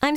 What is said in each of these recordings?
I'm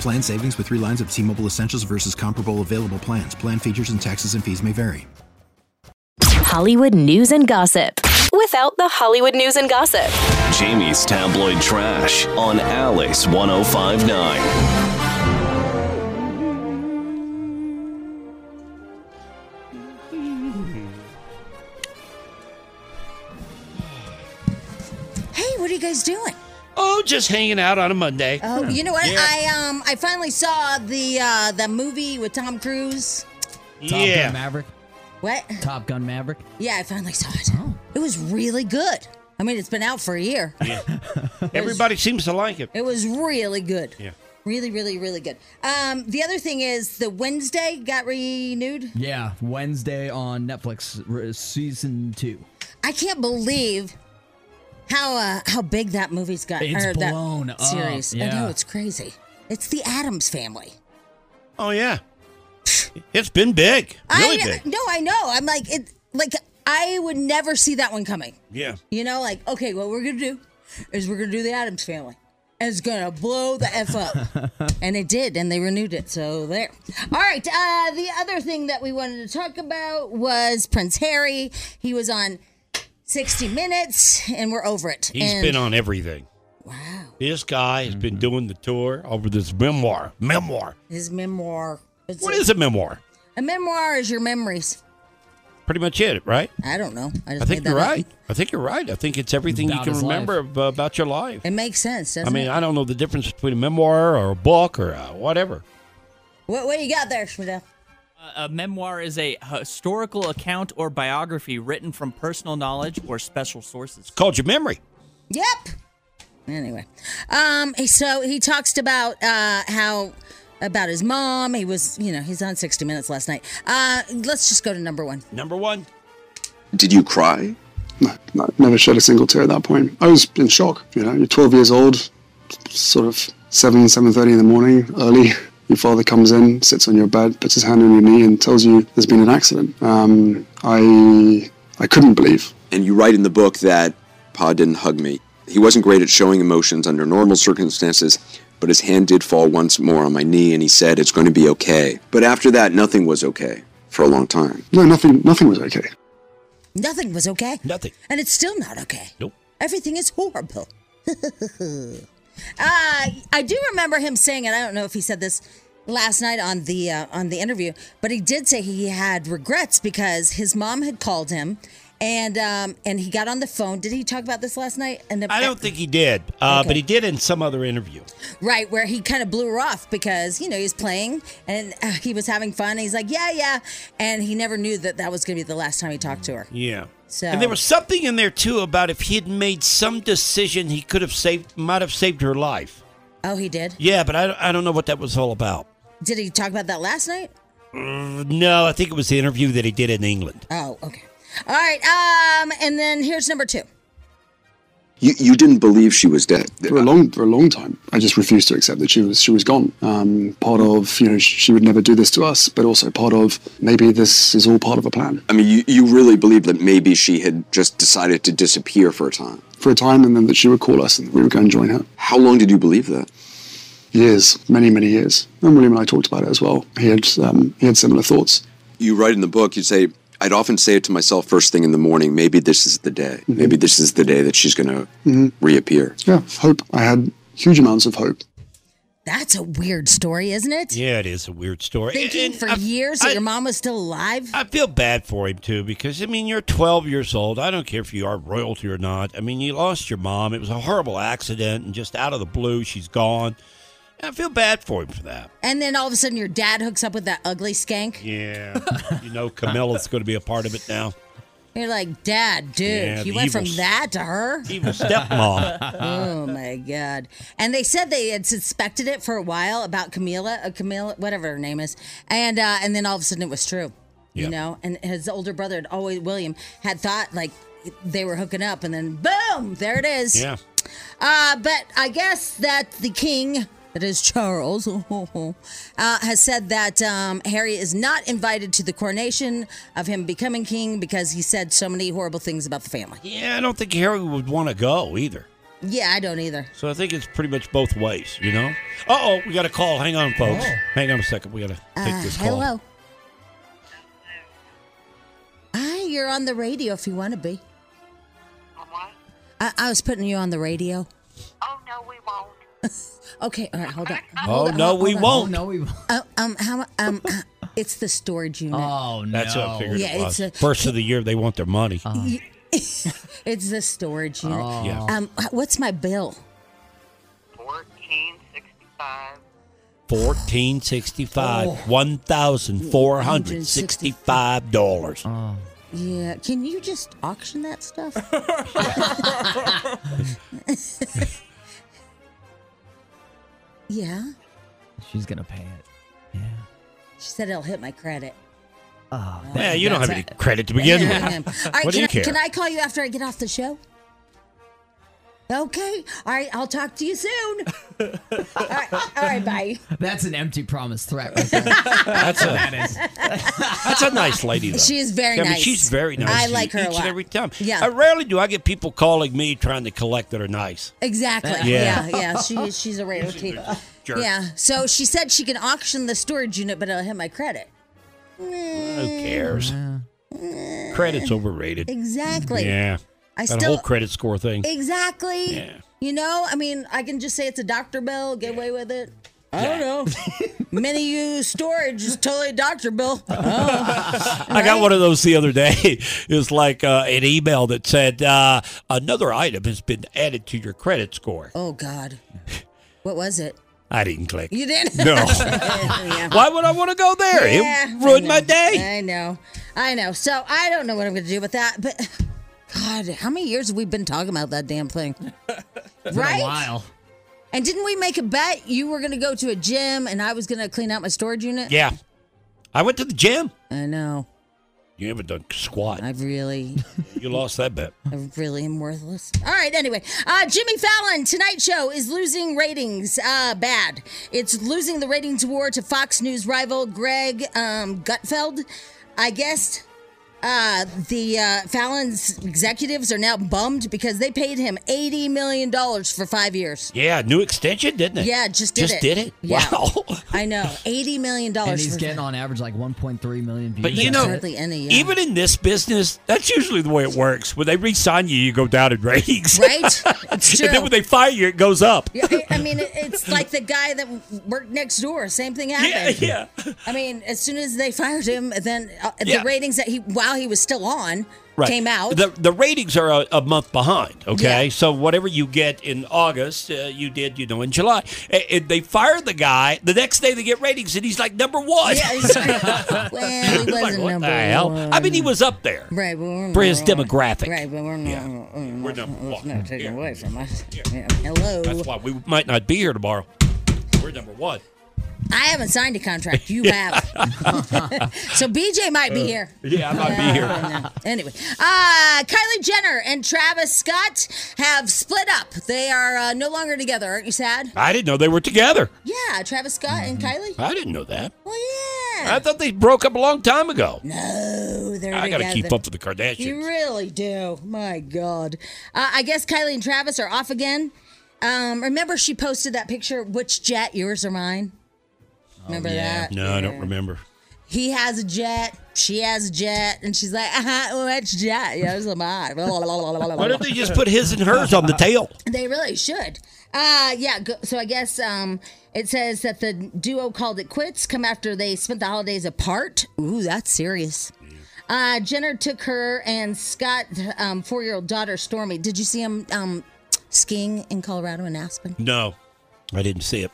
Plan savings with three lines of T Mobile Essentials versus comparable available plans. Plan features and taxes and fees may vary. Hollywood news and gossip without the Hollywood news and gossip. Jamie's tabloid trash on Alice 1059. Hey, what are you guys doing? Oh, just hanging out on a Monday. Oh, you know what? I um I finally saw the uh the movie with Tom Cruise. Top yeah. Gun Maverick. What? Top Gun Maverick. Yeah, I finally saw it. It was really good. I mean, it's been out for a year. Everybody seems to like it. It was really good. Yeah. Really, really, really good. Um, the other thing is the Wednesday got renewed. Yeah, Wednesday on Netflix, r- season two. I can't believe how uh, how big that movie's got. It's or that blown up, series. I know yeah. it's crazy. It's the Adams family. Oh yeah. It's been big. Really I kn- big. no, I know. I'm like it. Like I would never see that one coming. Yeah. You know, like okay, what we're gonna do is we're gonna do the Adams family. And it's gonna blow the f up, and it did, and they renewed it. So there. All right. Uh, the other thing that we wanted to talk about was Prince Harry. He was on 60 Minutes, and we're over it. He's and been on everything. Wow. This guy has been doing the tour over this memoir. Memoir. his memoir. It's What a, is a memoir? a memoir? Is your memories? Pretty much it, right? I don't know. I, just I think made that you're up. right. I think you're right. I think it's everything About you can his remember ab- about your life. It makes sense. Doesn't I mean, it? I don't know the difference between a memoir or a book or uh, whatever. what what you got there, Schmidel? A memoir is a historical account or biography written from personal knowledge or special sources. Called your memory. Yep. Anyway, um, so he talks about uh, how about his mom. He was, you know, he's on 60 Minutes last night. Uh, let's just go to number one. Number one. Did you cry? No, no, never shed a single tear at that point. I was in shock. You know, you're 12 years old, sort of 7, 7.30 in the morning, early. Your father comes in, sits on your bed, puts his hand on your knee and tells you there's been an accident. Um, I, I couldn't believe. And you write in the book that Pa didn't hug me. He wasn't great at showing emotions under normal circumstances, but his hand did fall once more on my knee and he said, It's going to be okay. But after that, nothing was okay for a long time. No, nothing, nothing was okay. Nothing was okay, Nothing. and it's still not okay. Nope. Everything is horrible. uh, I do remember him saying, and I don't know if he said this last night on the uh, on the interview, but he did say he had regrets because his mom had called him, and um, and he got on the phone. Did he talk about this last night? And I don't think he did, uh, Okay. but he did in some other interview. Right, where he kind of blew her off because, you know, he was playing and uh, he was having fun. And he's like, yeah, yeah. And he never knew that that was going to be the last time he talked to her. Yeah. So- And there was something in there too about if he had made some decision, he could have saved, might have saved her life. Oh, he did? Yeah, but I, don't- I don't know what that was all about. Did he talk about that last night? No, I think it was the interview that he did in England. Oh, okay. All right. Um, and then here's number two. You, you didn't believe she was dead. for a long for a long time. I just refused to accept that she was she was gone. Um, part of you know sh- she would never do this to us, but also part of maybe this is all part of a plan I mean, you, you really believed that maybe she had just decided to disappear for a time. for a time, and then that she would call us and we would go and join her. How long did you believe that? Years, many many years. And William and I talked about it as well. He had um, he had similar thoughts. You write in the book, you say, I'd often say it to myself first thing in the morning, maybe this is the day. Maybe this is the day that she's going to reappear. Yeah, hope. I had huge amounts of hope. That's a weird story, isn't it? Yeah, it is a weird story. Thinking And for I- years that your mom was still alive. I feel bad for him too because I mean you're 12 years old. I don't care if you are royalty or not. I mean you lost your mom. It was a horrible accident and just out of the blue she's gone. And I feel bad for him for that. and then all of a sudden your dad hooks up with that ugly skank. Yeah, you know Camilla's going to be a part of it now. You're like, Dad, dude, Yeah, you the went evil from s- that to her? Evil stepmom. oh my god! And they said they had suspected it for a while about Camila, uh, Camila, whatever her name is, and uh, and then all of a sudden it was true. Yeah. You know, and his older brother had always William had thought like they were hooking up, and then boom, there it is. Yeah. Uh, but I guess that the king, that is Charles, uh, has said that um, Harry is not invited to the coronation of him becoming king because he said so many horrible things about the family. Yeah, I don't think Harry would want to go either. Yeah, I don't either. So I think it's pretty much both ways, you know. Uh oh, we got a call. Hang on, folks. Oh. Hang on a second. We got to take Uh, this call. hello. Hi, you're on the radio if you want to be. I, I was putting you on the radio. Oh no, we won't. Okay, all right, hold on. Oh, Hold on, no, hold we on. won't. Oh, no, we won't. Uh, um, how, um, uh, it's the storage unit. Oh no. That's what I figured Yeah, it was. it's a- First of the year, they want their money. It's the storage unit. Oh. Yeah. Um, h- what's my bill? Fourteen sixty-five, one thousand four hundred sixty-five dollars. Yeah, can you just auction that stuff? yeah, She's gonna pay it. she said it'll hit my credit. Oh, Yeah, you don't have any credit to begin with. All right, what do can, you I, care? can I call you after I get off the show? Okay. All right, I'll talk to you soon. all, right, all right, bye. That's an empty promise threat right there. That's a- that is. That's a nice lady, though. She is very I mean, nice. she's very nice. I to like you her a each lot. and every time. Yeah. I rarely do. I get people calling me trying to collect that are nice. Exactly. Yeah. Yeah, yeah. She she's a rarity. Jerk. Yeah. So she said she can auction the storage unit, but it'll hit my credit. Who cares? Credit's overrated. Exactly. Yeah. I that still- whole credit score thing. Exactly. Yeah. You know, I mean, I can just say it's a doctor bill, get away with it. I Yeah. don't know. Many you storage is totally a doctor bill. I got one of those the other day. It was like uh, an email that said uh, another item has been added to your credit score. Oh God. What was it? I didn't click. You didn't? No. Yeah. Why would I want to go there? Yeah, it ruined I my know. day. I know. I know. So I don't know what I'm going to do with that. But God, how many years have we been talking about that damn thing? right? And didn't we make a bet you were going to go to a gym and I was going to clean out my storage unit? Yeah. I went to the gym. I know. You haven't done squat. I've really. You lost that bet. I really am worthless. All right, anyway. Uh, Jimmy Fallon, Tonight Show, is losing ratings. Uh, bad. It's losing the ratings war to Fox News rival Greg um, Gutfeld. I guess uh, the uh, Fallon's executives are now bummed because they paid him $80 million for five years. Yeah, new extension, didn't it? Yeah, just did just it. did it. Yeah. Wow. I know. $80 million Oh, And for he's getting on average like 1.3 million views. But you know, hardly any, yeah. even in this business, that's usually the way it works. When they resign you, you go down in ratings. Right? It's and then true. when they fire you, it goes up. Yeah, I- I mean, it- it's like the guy that worked next door. Same thing happened. Yeah, I mean, as soon as they fired him, then uh, the Yeah. ratings that he while he was still on Right. came out. The, the ratings are a, a month behind, okay? So whatever you get in August, uh, you did, you know, in July. And, and they fire the guy. The next day they get ratings, and he's like number one. Yeah, he's like, well, he Like, wasn't what number the hell? one. I mean, he was up there. Right, but we're For his not- demographic. Right, but we're not. We're not, We're number it's one. not taken away from us. Yeah, Hello. That's why we might not be here tomorrow. We're number one. I haven't signed a contract. You have. so BJ might Uh. be here. Yeah, I might be here. Anyway, uh, Kylie Jenner and Travis Scott have split up. They are uh, no longer together. Aren't you sad? I didn't know they were together. Yeah, Travis Scott and Kylie. I didn't know that. Well, yeah. Mm-hmm. I thought they broke up a long time ago. No, they're I got to keep together. up with the Kardashians. You really do. My God. Uh, I guess Kylie and Travis are off again. Um, remember, she Oh, posted that picture, which jet, yours or mine? Remember that? No, I don't remember. He has a jet. She has a jet, and she's like, uh-huh, which jet? Yeah, it's mine. Why Why don't they just put his and hers on the tail? They really should. Uh yeah. Go, so I guess um, it says that the duo called it quits. Come after they spent the holidays apart. Ooh, that's serious. Uh, Jenner took her and Scott, um, four-year-old daughter Stormy. Did you see him um, skiing in Colorado in Aspen? No, I didn't see it.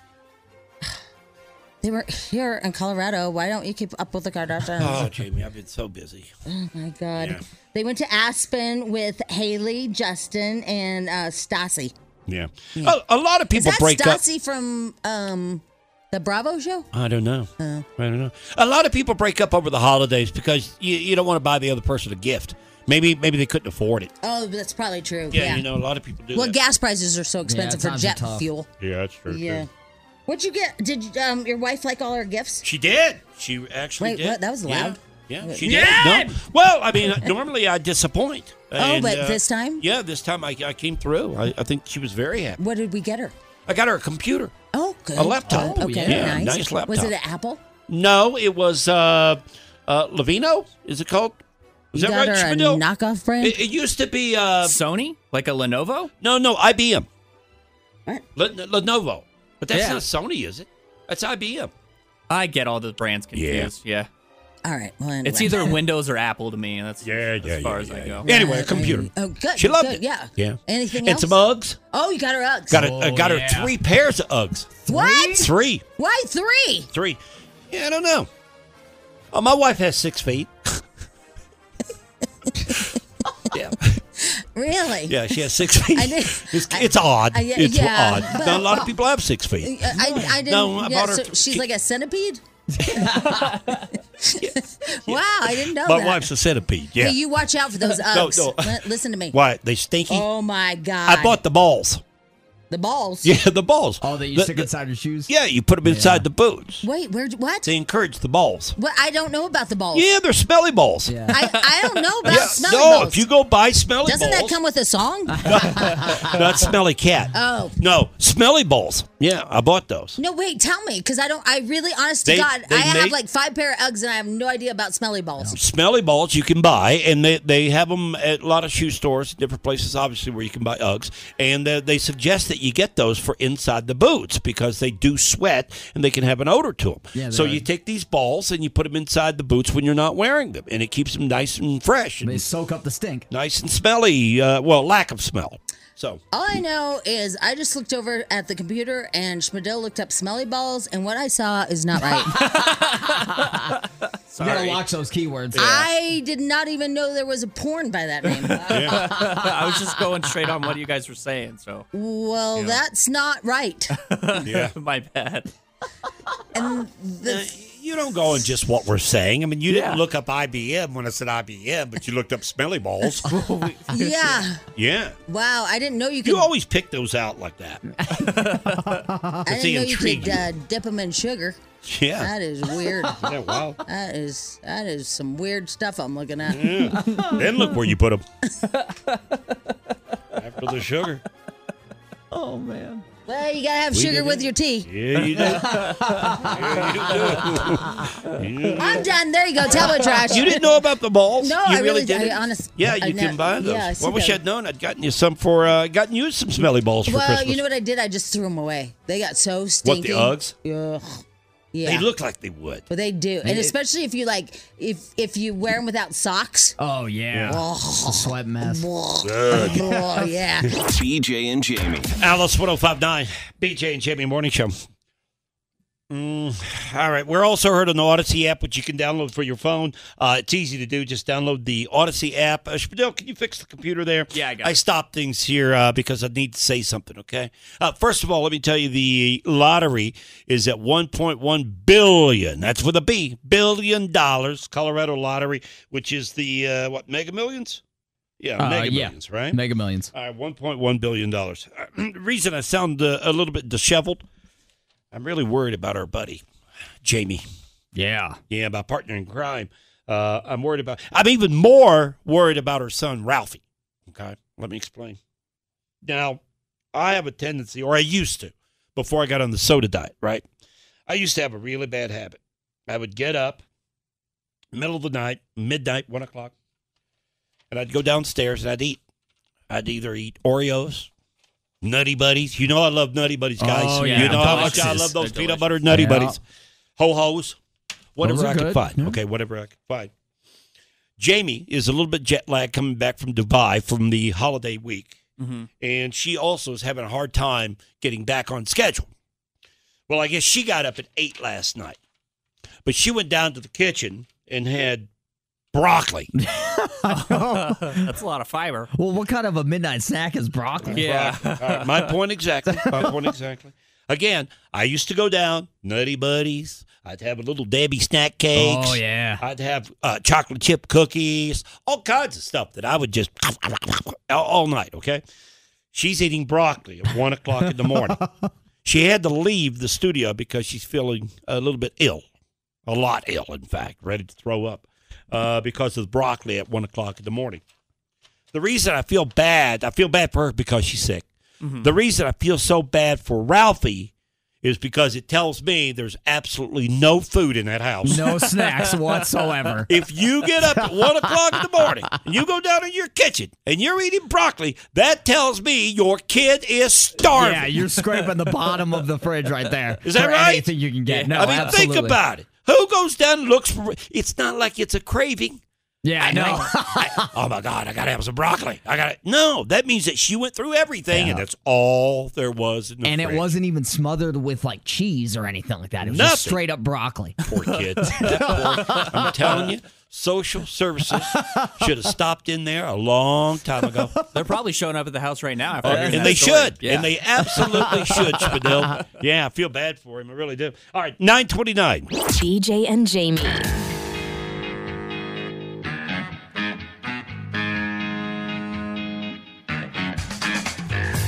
They were here in Colorado. Why don't you keep up with the Kardashians? Oh, Jamie, I've been so busy. Oh my god. Yeah. They went to Aspen with Haley, Justin, and uh, Stassi. Yeah, A, a lot of Is people that break up. Stassi from um, the Bravo show? I don't know. Uh. I don't know. A lot of people break up over the holidays because you, you don't want to buy the other person a gift. Maybe maybe they couldn't afford it. Oh, that's probably true. Yeah, you know, a lot of people do Well, that. gas prices are so expensive for times are jet tough. fuel. Yeah, that's true. Yeah. too. What'd you get? Did um, your wife like all our gifts? She did. She actually Wait, did. what? That was Yeah. loud. Yeah, Wait. she did. No. Well, I mean, normally I disappoint. uh, Oh, but this time? Yeah, this time I, I came through. I, I think she was very happy. What did we get her? I got her a computer. Oh, good. A laptop. Oh, okay, yeah, nice. nice laptop. Was it an Apple? No, it was uh, uh, Levino. Is it called? Is you that got right, her a Spadil? knockoff brand? It, it used to be uh, Sony, like a Lenovo. No, no, IBM. What? Le- Lenovo, but that's Yeah. not Sony, is it? That's IBM. I get all the brands confused. Yeah. all right. Well, anyway. It's either Windows or Apple to me. and That's yeah, as far as I go. Anyway, a computer. Oh, good. She loved good, it. Yeah. Yeah. Anything else? and some Uggs. oh, you got her Uggs. Got a, uh, got her three pairs of Uggs. What? Three, Why three? three. Yeah, I don't know. Oh, my wife has six feet. yeah, Really? yeah, she has six feet. I did- it's, it's odd. I- yeah, it's yeah, odd. but- Not a lot of people have six feet. Uh, I, I- I didn't. No, I yeah, bought her- so she's she- like a centipede. Wow, I didn't know my that. wife's a centipede. Yeah. Hey, you watch out for those No, Uggs. no. Li- Listen to me. Why they stinky? Oh my god! I bought the balls. the balls. Yeah, the balls. Oh, that you stick inside your shoes. Yeah, you put them inside the boots. Wait, where? What? They encourage the balls. What? I don't know about the balls. Yeah, they're smelly balls. Uh, I, I don't know about smelly no, balls. if you go buy smelly Doesn't balls, that come with a song? not smelly cat. Oh. no, smelly balls. Yeah, I bought those. No, wait, tell me, because I don't. I really, honest They- to God, they I have make- like five pair of Uggs, and I have no idea about smelly balls. Smelly balls you can buy, and they, they have them at a lot of shoe stores, different places, obviously, where you can buy Uggs. And uh, they suggest that you get those for inside the boots because they do sweat and they can have an odor to them. Yeah, they so are. you take these balls and you put them inside the boots when you're not wearing them, and it keeps them nice and fresh. And They soak up the stink. nice and smelly. Uh, well, lack of smell. So All I know is I just looked over at the computer, and Schmidl looked up smelly balls, and what I saw is not right. You gotta watch those keywords. I did not even know there was a porn by that name. I was just going straight on what you guys were saying, so Well, Yeah. that's not right. Yeah. my bad. And the, you don't go on just what we're saying. I mean, you didn't look up IBM when I said IBM, but you looked up smelly balls. yeah. yeah. Wow, I didn't know you could. You always pick those out like that. I the didn't know you intrigue. could uh, dip them in sugar. Yeah. That is weird. Yeah, wow. That is that is some weird stuff I'm looking at. Yeah. then look where you put them. After the sugar. Oh man. Well, you gotta have We sugar did with it. your tea. Yeah, you do. yeah, you do. I'm done. There you go. Tell it, trash. You didn't know about the balls? No, you I really- didn't. I honest- yeah, I you know- can buy those. yeah, I see well, I wish that. I'd known. I'd gotten you some for, uh, gotten you some smelly balls for Well, Christmas. you know what I did? I just threw them away. They got so What the stinky. Uggs? Ugh. Yeah. They look like they would. But they do, and It- especially if you like, if if you wear them without socks. Oh yeah. It's a sweat mess. Oh yeah. BJ and Jamie. Alice 1059, BJ and Jamie Morning Show. Mm, all right. We're also heard on the Odyssey app, which you can download for your phone. Uh, it's easy to do. Just download the Odyssey app. Uh, Spadil, can you fix the computer there? Yeah, I got I it. stopped things here uh, because I need to say something, okay? Uh, first of all, let me tell you the lottery is at $1.1 billion. That's with a B. Billion dollars. Colorado Lottery, which is the, uh, what, mega millions? Yeah, Uh, mega yeah. millions, right? Mega Millions. All right, Uh, one point one billion dollars. The reason I sound uh, a little bit disheveled, I'm really worried about our buddy, Jamie. Yeah. Yeah, my partner in crime. Uh, I'm worried about. I'm even more worried about her son, Ralphie. Okay, let me explain. Now, I have a tendency, or I used to, before I got on the soda diet. Right, I used to have a really bad habit. I would get up, middle of the night, midnight, one o'clock, and I'd go downstairs and I'd eat. I'd either eat Oreos, Nutty Buddies. You know I love Nutty Buddies, guys. Oh, yeah. You know how much I Delicious. love those They're peanut delicious. butter Nutty Yeah. Buddies, ho hos, Those whatever are I could good. find. Yeah. Okay, whatever I could find. Jamie is a little bit jet lagged coming back from Dubai from the holiday week Mm-hmm. and she also is having a hard time getting back on schedule. Well, I guess she got up at eight last night, but she went down to the kitchen and had broccoli. That's a lot of fiber. Well, what kind of a midnight snack is broccoli? Broccoli. All right, my point exactly. My point exactly. Again, I used to go down Nutty Buddies. I'd have a little Debbie snack cakes. Oh, yeah. I'd have uh, chocolate chip cookies, all kinds of stuff that I would just all, all night. Okay, she's eating broccoli at one o'clock in the morning. She had to leave the studio because she's feeling a little bit ill, a lot ill, in fact, ready to throw up uh, because of the broccoli at one o'clock in the morning. The reason I feel bad, I feel bad for her because she's sick. Mhm. The reason I feel so bad for Ralphie is because it tells me there's absolutely no food in that house. No snacks whatsoever. If you get up at one o'clock in the morning and you go down in your kitchen and you're eating broccoli, that tells me your kid is starving. Yeah, you're scraping the bottom of the fridge right there. Is that for right? Anything you can get. No, I mean, absolutely. think about it. Who goes down and looks for? It's not like it's a craving. Yeah, I know. I- Ah. oh my God, I gotta have some broccoli. I gotta. No, that means that she went through everything, and that's all there was. In the and it fridge. wasn't even smothered with like cheese or anything like that. It was Nothing. just straight up broccoli. Poor kid. That poor- I'm telling you, social services should have stopped in there a long time ago. They're probably showing up at the house right now. After Uh, hearing and that they story. should. Yeah. And they absolutely should, Spadil. Yeah, I feel bad for him. I really do. All right, 929. BJ and Jamie.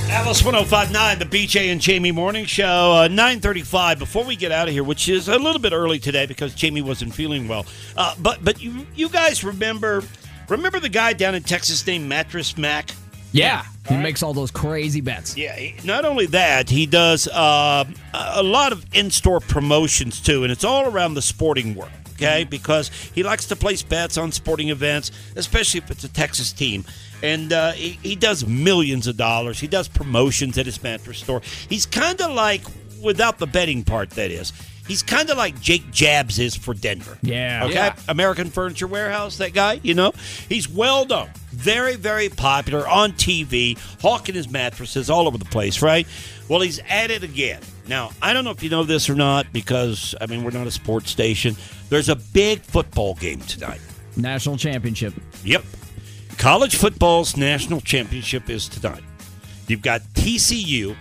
Alice 1059, the BJ and Jamie Morning Show, uh, 935. Before we get out of here, which is a little bit early today because Jamie wasn't feeling well. Uh, but but you, you guys remember remember the guy down in Texas named Mattress Mac? Yeah, he makes all those crazy bets. Yeah, he- not only that, he does uh, a lot of in store promotions too, and it's all around the sporting world. Okay, because he likes to place bets on sporting events, especially if it's a Texas team. And uh, he, he does millions of dollars. He does promotions at his mattress store. He's kind of like, without the betting part, that is, he's kind of like Jake Jabs is for Denver. Yeah. Okay. Yeah. American Furniture Warehouse, that guy, you know? He's well known, very, very popular on TV, hawking his mattresses all over the place, right? Well, he's at it again. Now, I don't know if you know this or not because, I mean, we're not a sports station. There's a big football game tonight. National championship. Yep. College football's national championship is tonight. You've got TCU,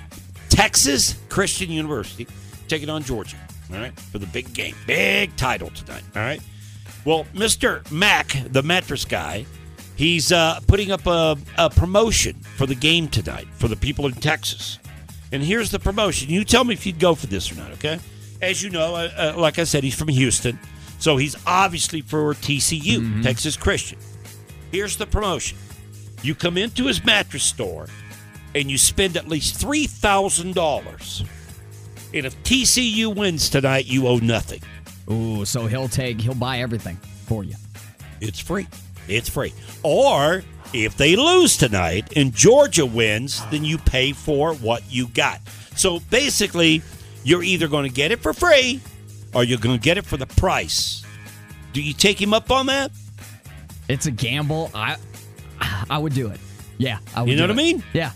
Texas Christian University, taking on Georgia, all right, for the big game, big title tonight, all right? Well, Mr. Mack, the mattress guy, he's uh, putting up a, a promotion for the game tonight for the people in Texas. And here's the promotion. You tell me if you'd go for this or not, okay? As you know, uh, uh, like I said, he's from Houston, so he's obviously for TCU, Texas Christian. Here's the promotion you come into his mattress store and you spend at least $3,000. And if TCU wins tonight, you owe nothing. Ooh, so he'll take, he'll buy everything for you. It's free. It's free. Or if they lose tonight and Georgia wins, then you pay for what you got. So basically, you're either going to get it for free or you're going to get it for the price. Do you take him up on that? It's a gamble. I, I would do it. Yeah, I would. You know do what I it. mean? Yeah.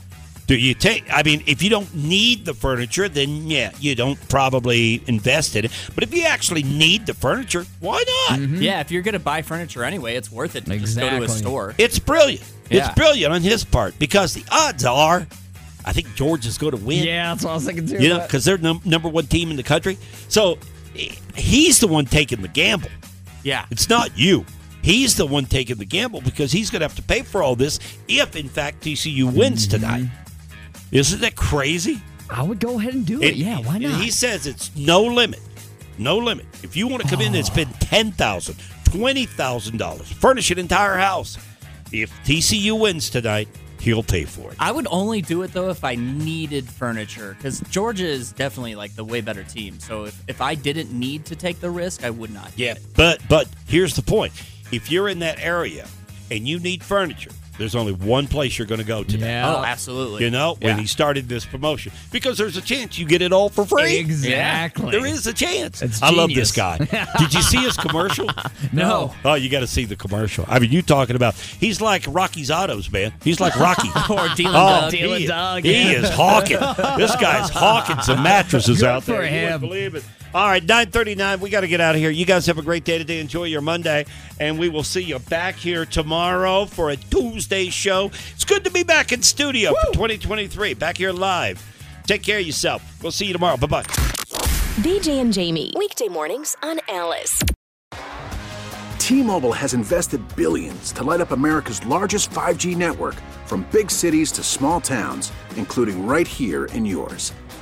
Do you take? I mean, if you don't need the furniture, then yeah, you don't probably invest in it. But if you actually need the furniture, why not? Yeah, if you're going to buy furniture anyway, it's worth it to just go to a Exactly. store. It's brilliant. Yeah. It's brilliant on his part because the odds are, I think Georgia's going to win. Yeah, that's what I was thinking too. you know, but- because they're num- number one team in the country. So eh, he's the one taking the gamble. Yeah. It's not you. He's the one taking the gamble because he's going to have to pay for all this if, in fact, TCU wins tonight. Isn't that crazy? I would go ahead and do it. Yeah, why not? He says it's no limit. No limit. If you want to come in and Oh. spend $10,000, $20,000, furnish an entire house. If TCU wins tonight, he'll pay for it. I would only do it though if I needed furniture because Georgia is definitely like the way better team. So if, if I didn't need to take the risk, I would not. Yeah, but but here's the point: if you're in that area and you need furniture, there's only one place you're going to go today. Yeah. Oh, absolutely. You know, when Yeah. he started this promotion, because there's a chance you get it all for free. Exactly. There is a chance. That's I love this genius. guy. Did you see his commercial? No. Oh, you got to see the commercial. I mean, you talking about? He's like Rocky's Autos, man. He's like Rocky Or Dealin' Oh, Doug. he Dealin' is- Doug, He yeah. is hawking. this guy's hawking some mattresses Good out for there. You wouldn't him. believe it. All right, nine thirty nine. We got to get out of here. You guys have a great day today. Enjoy your Monday, and we will see you back here tomorrow for a Tuesday show. It's good to be back in studio for twenty twenty three. Back here live. Take care of yourself. We'll see you tomorrow. Bye bye. BJ and Jamie, weekday mornings on Alice. T-Mobile has invested billions to light up America's largest 5G network from big cities to small towns, including right here in yours.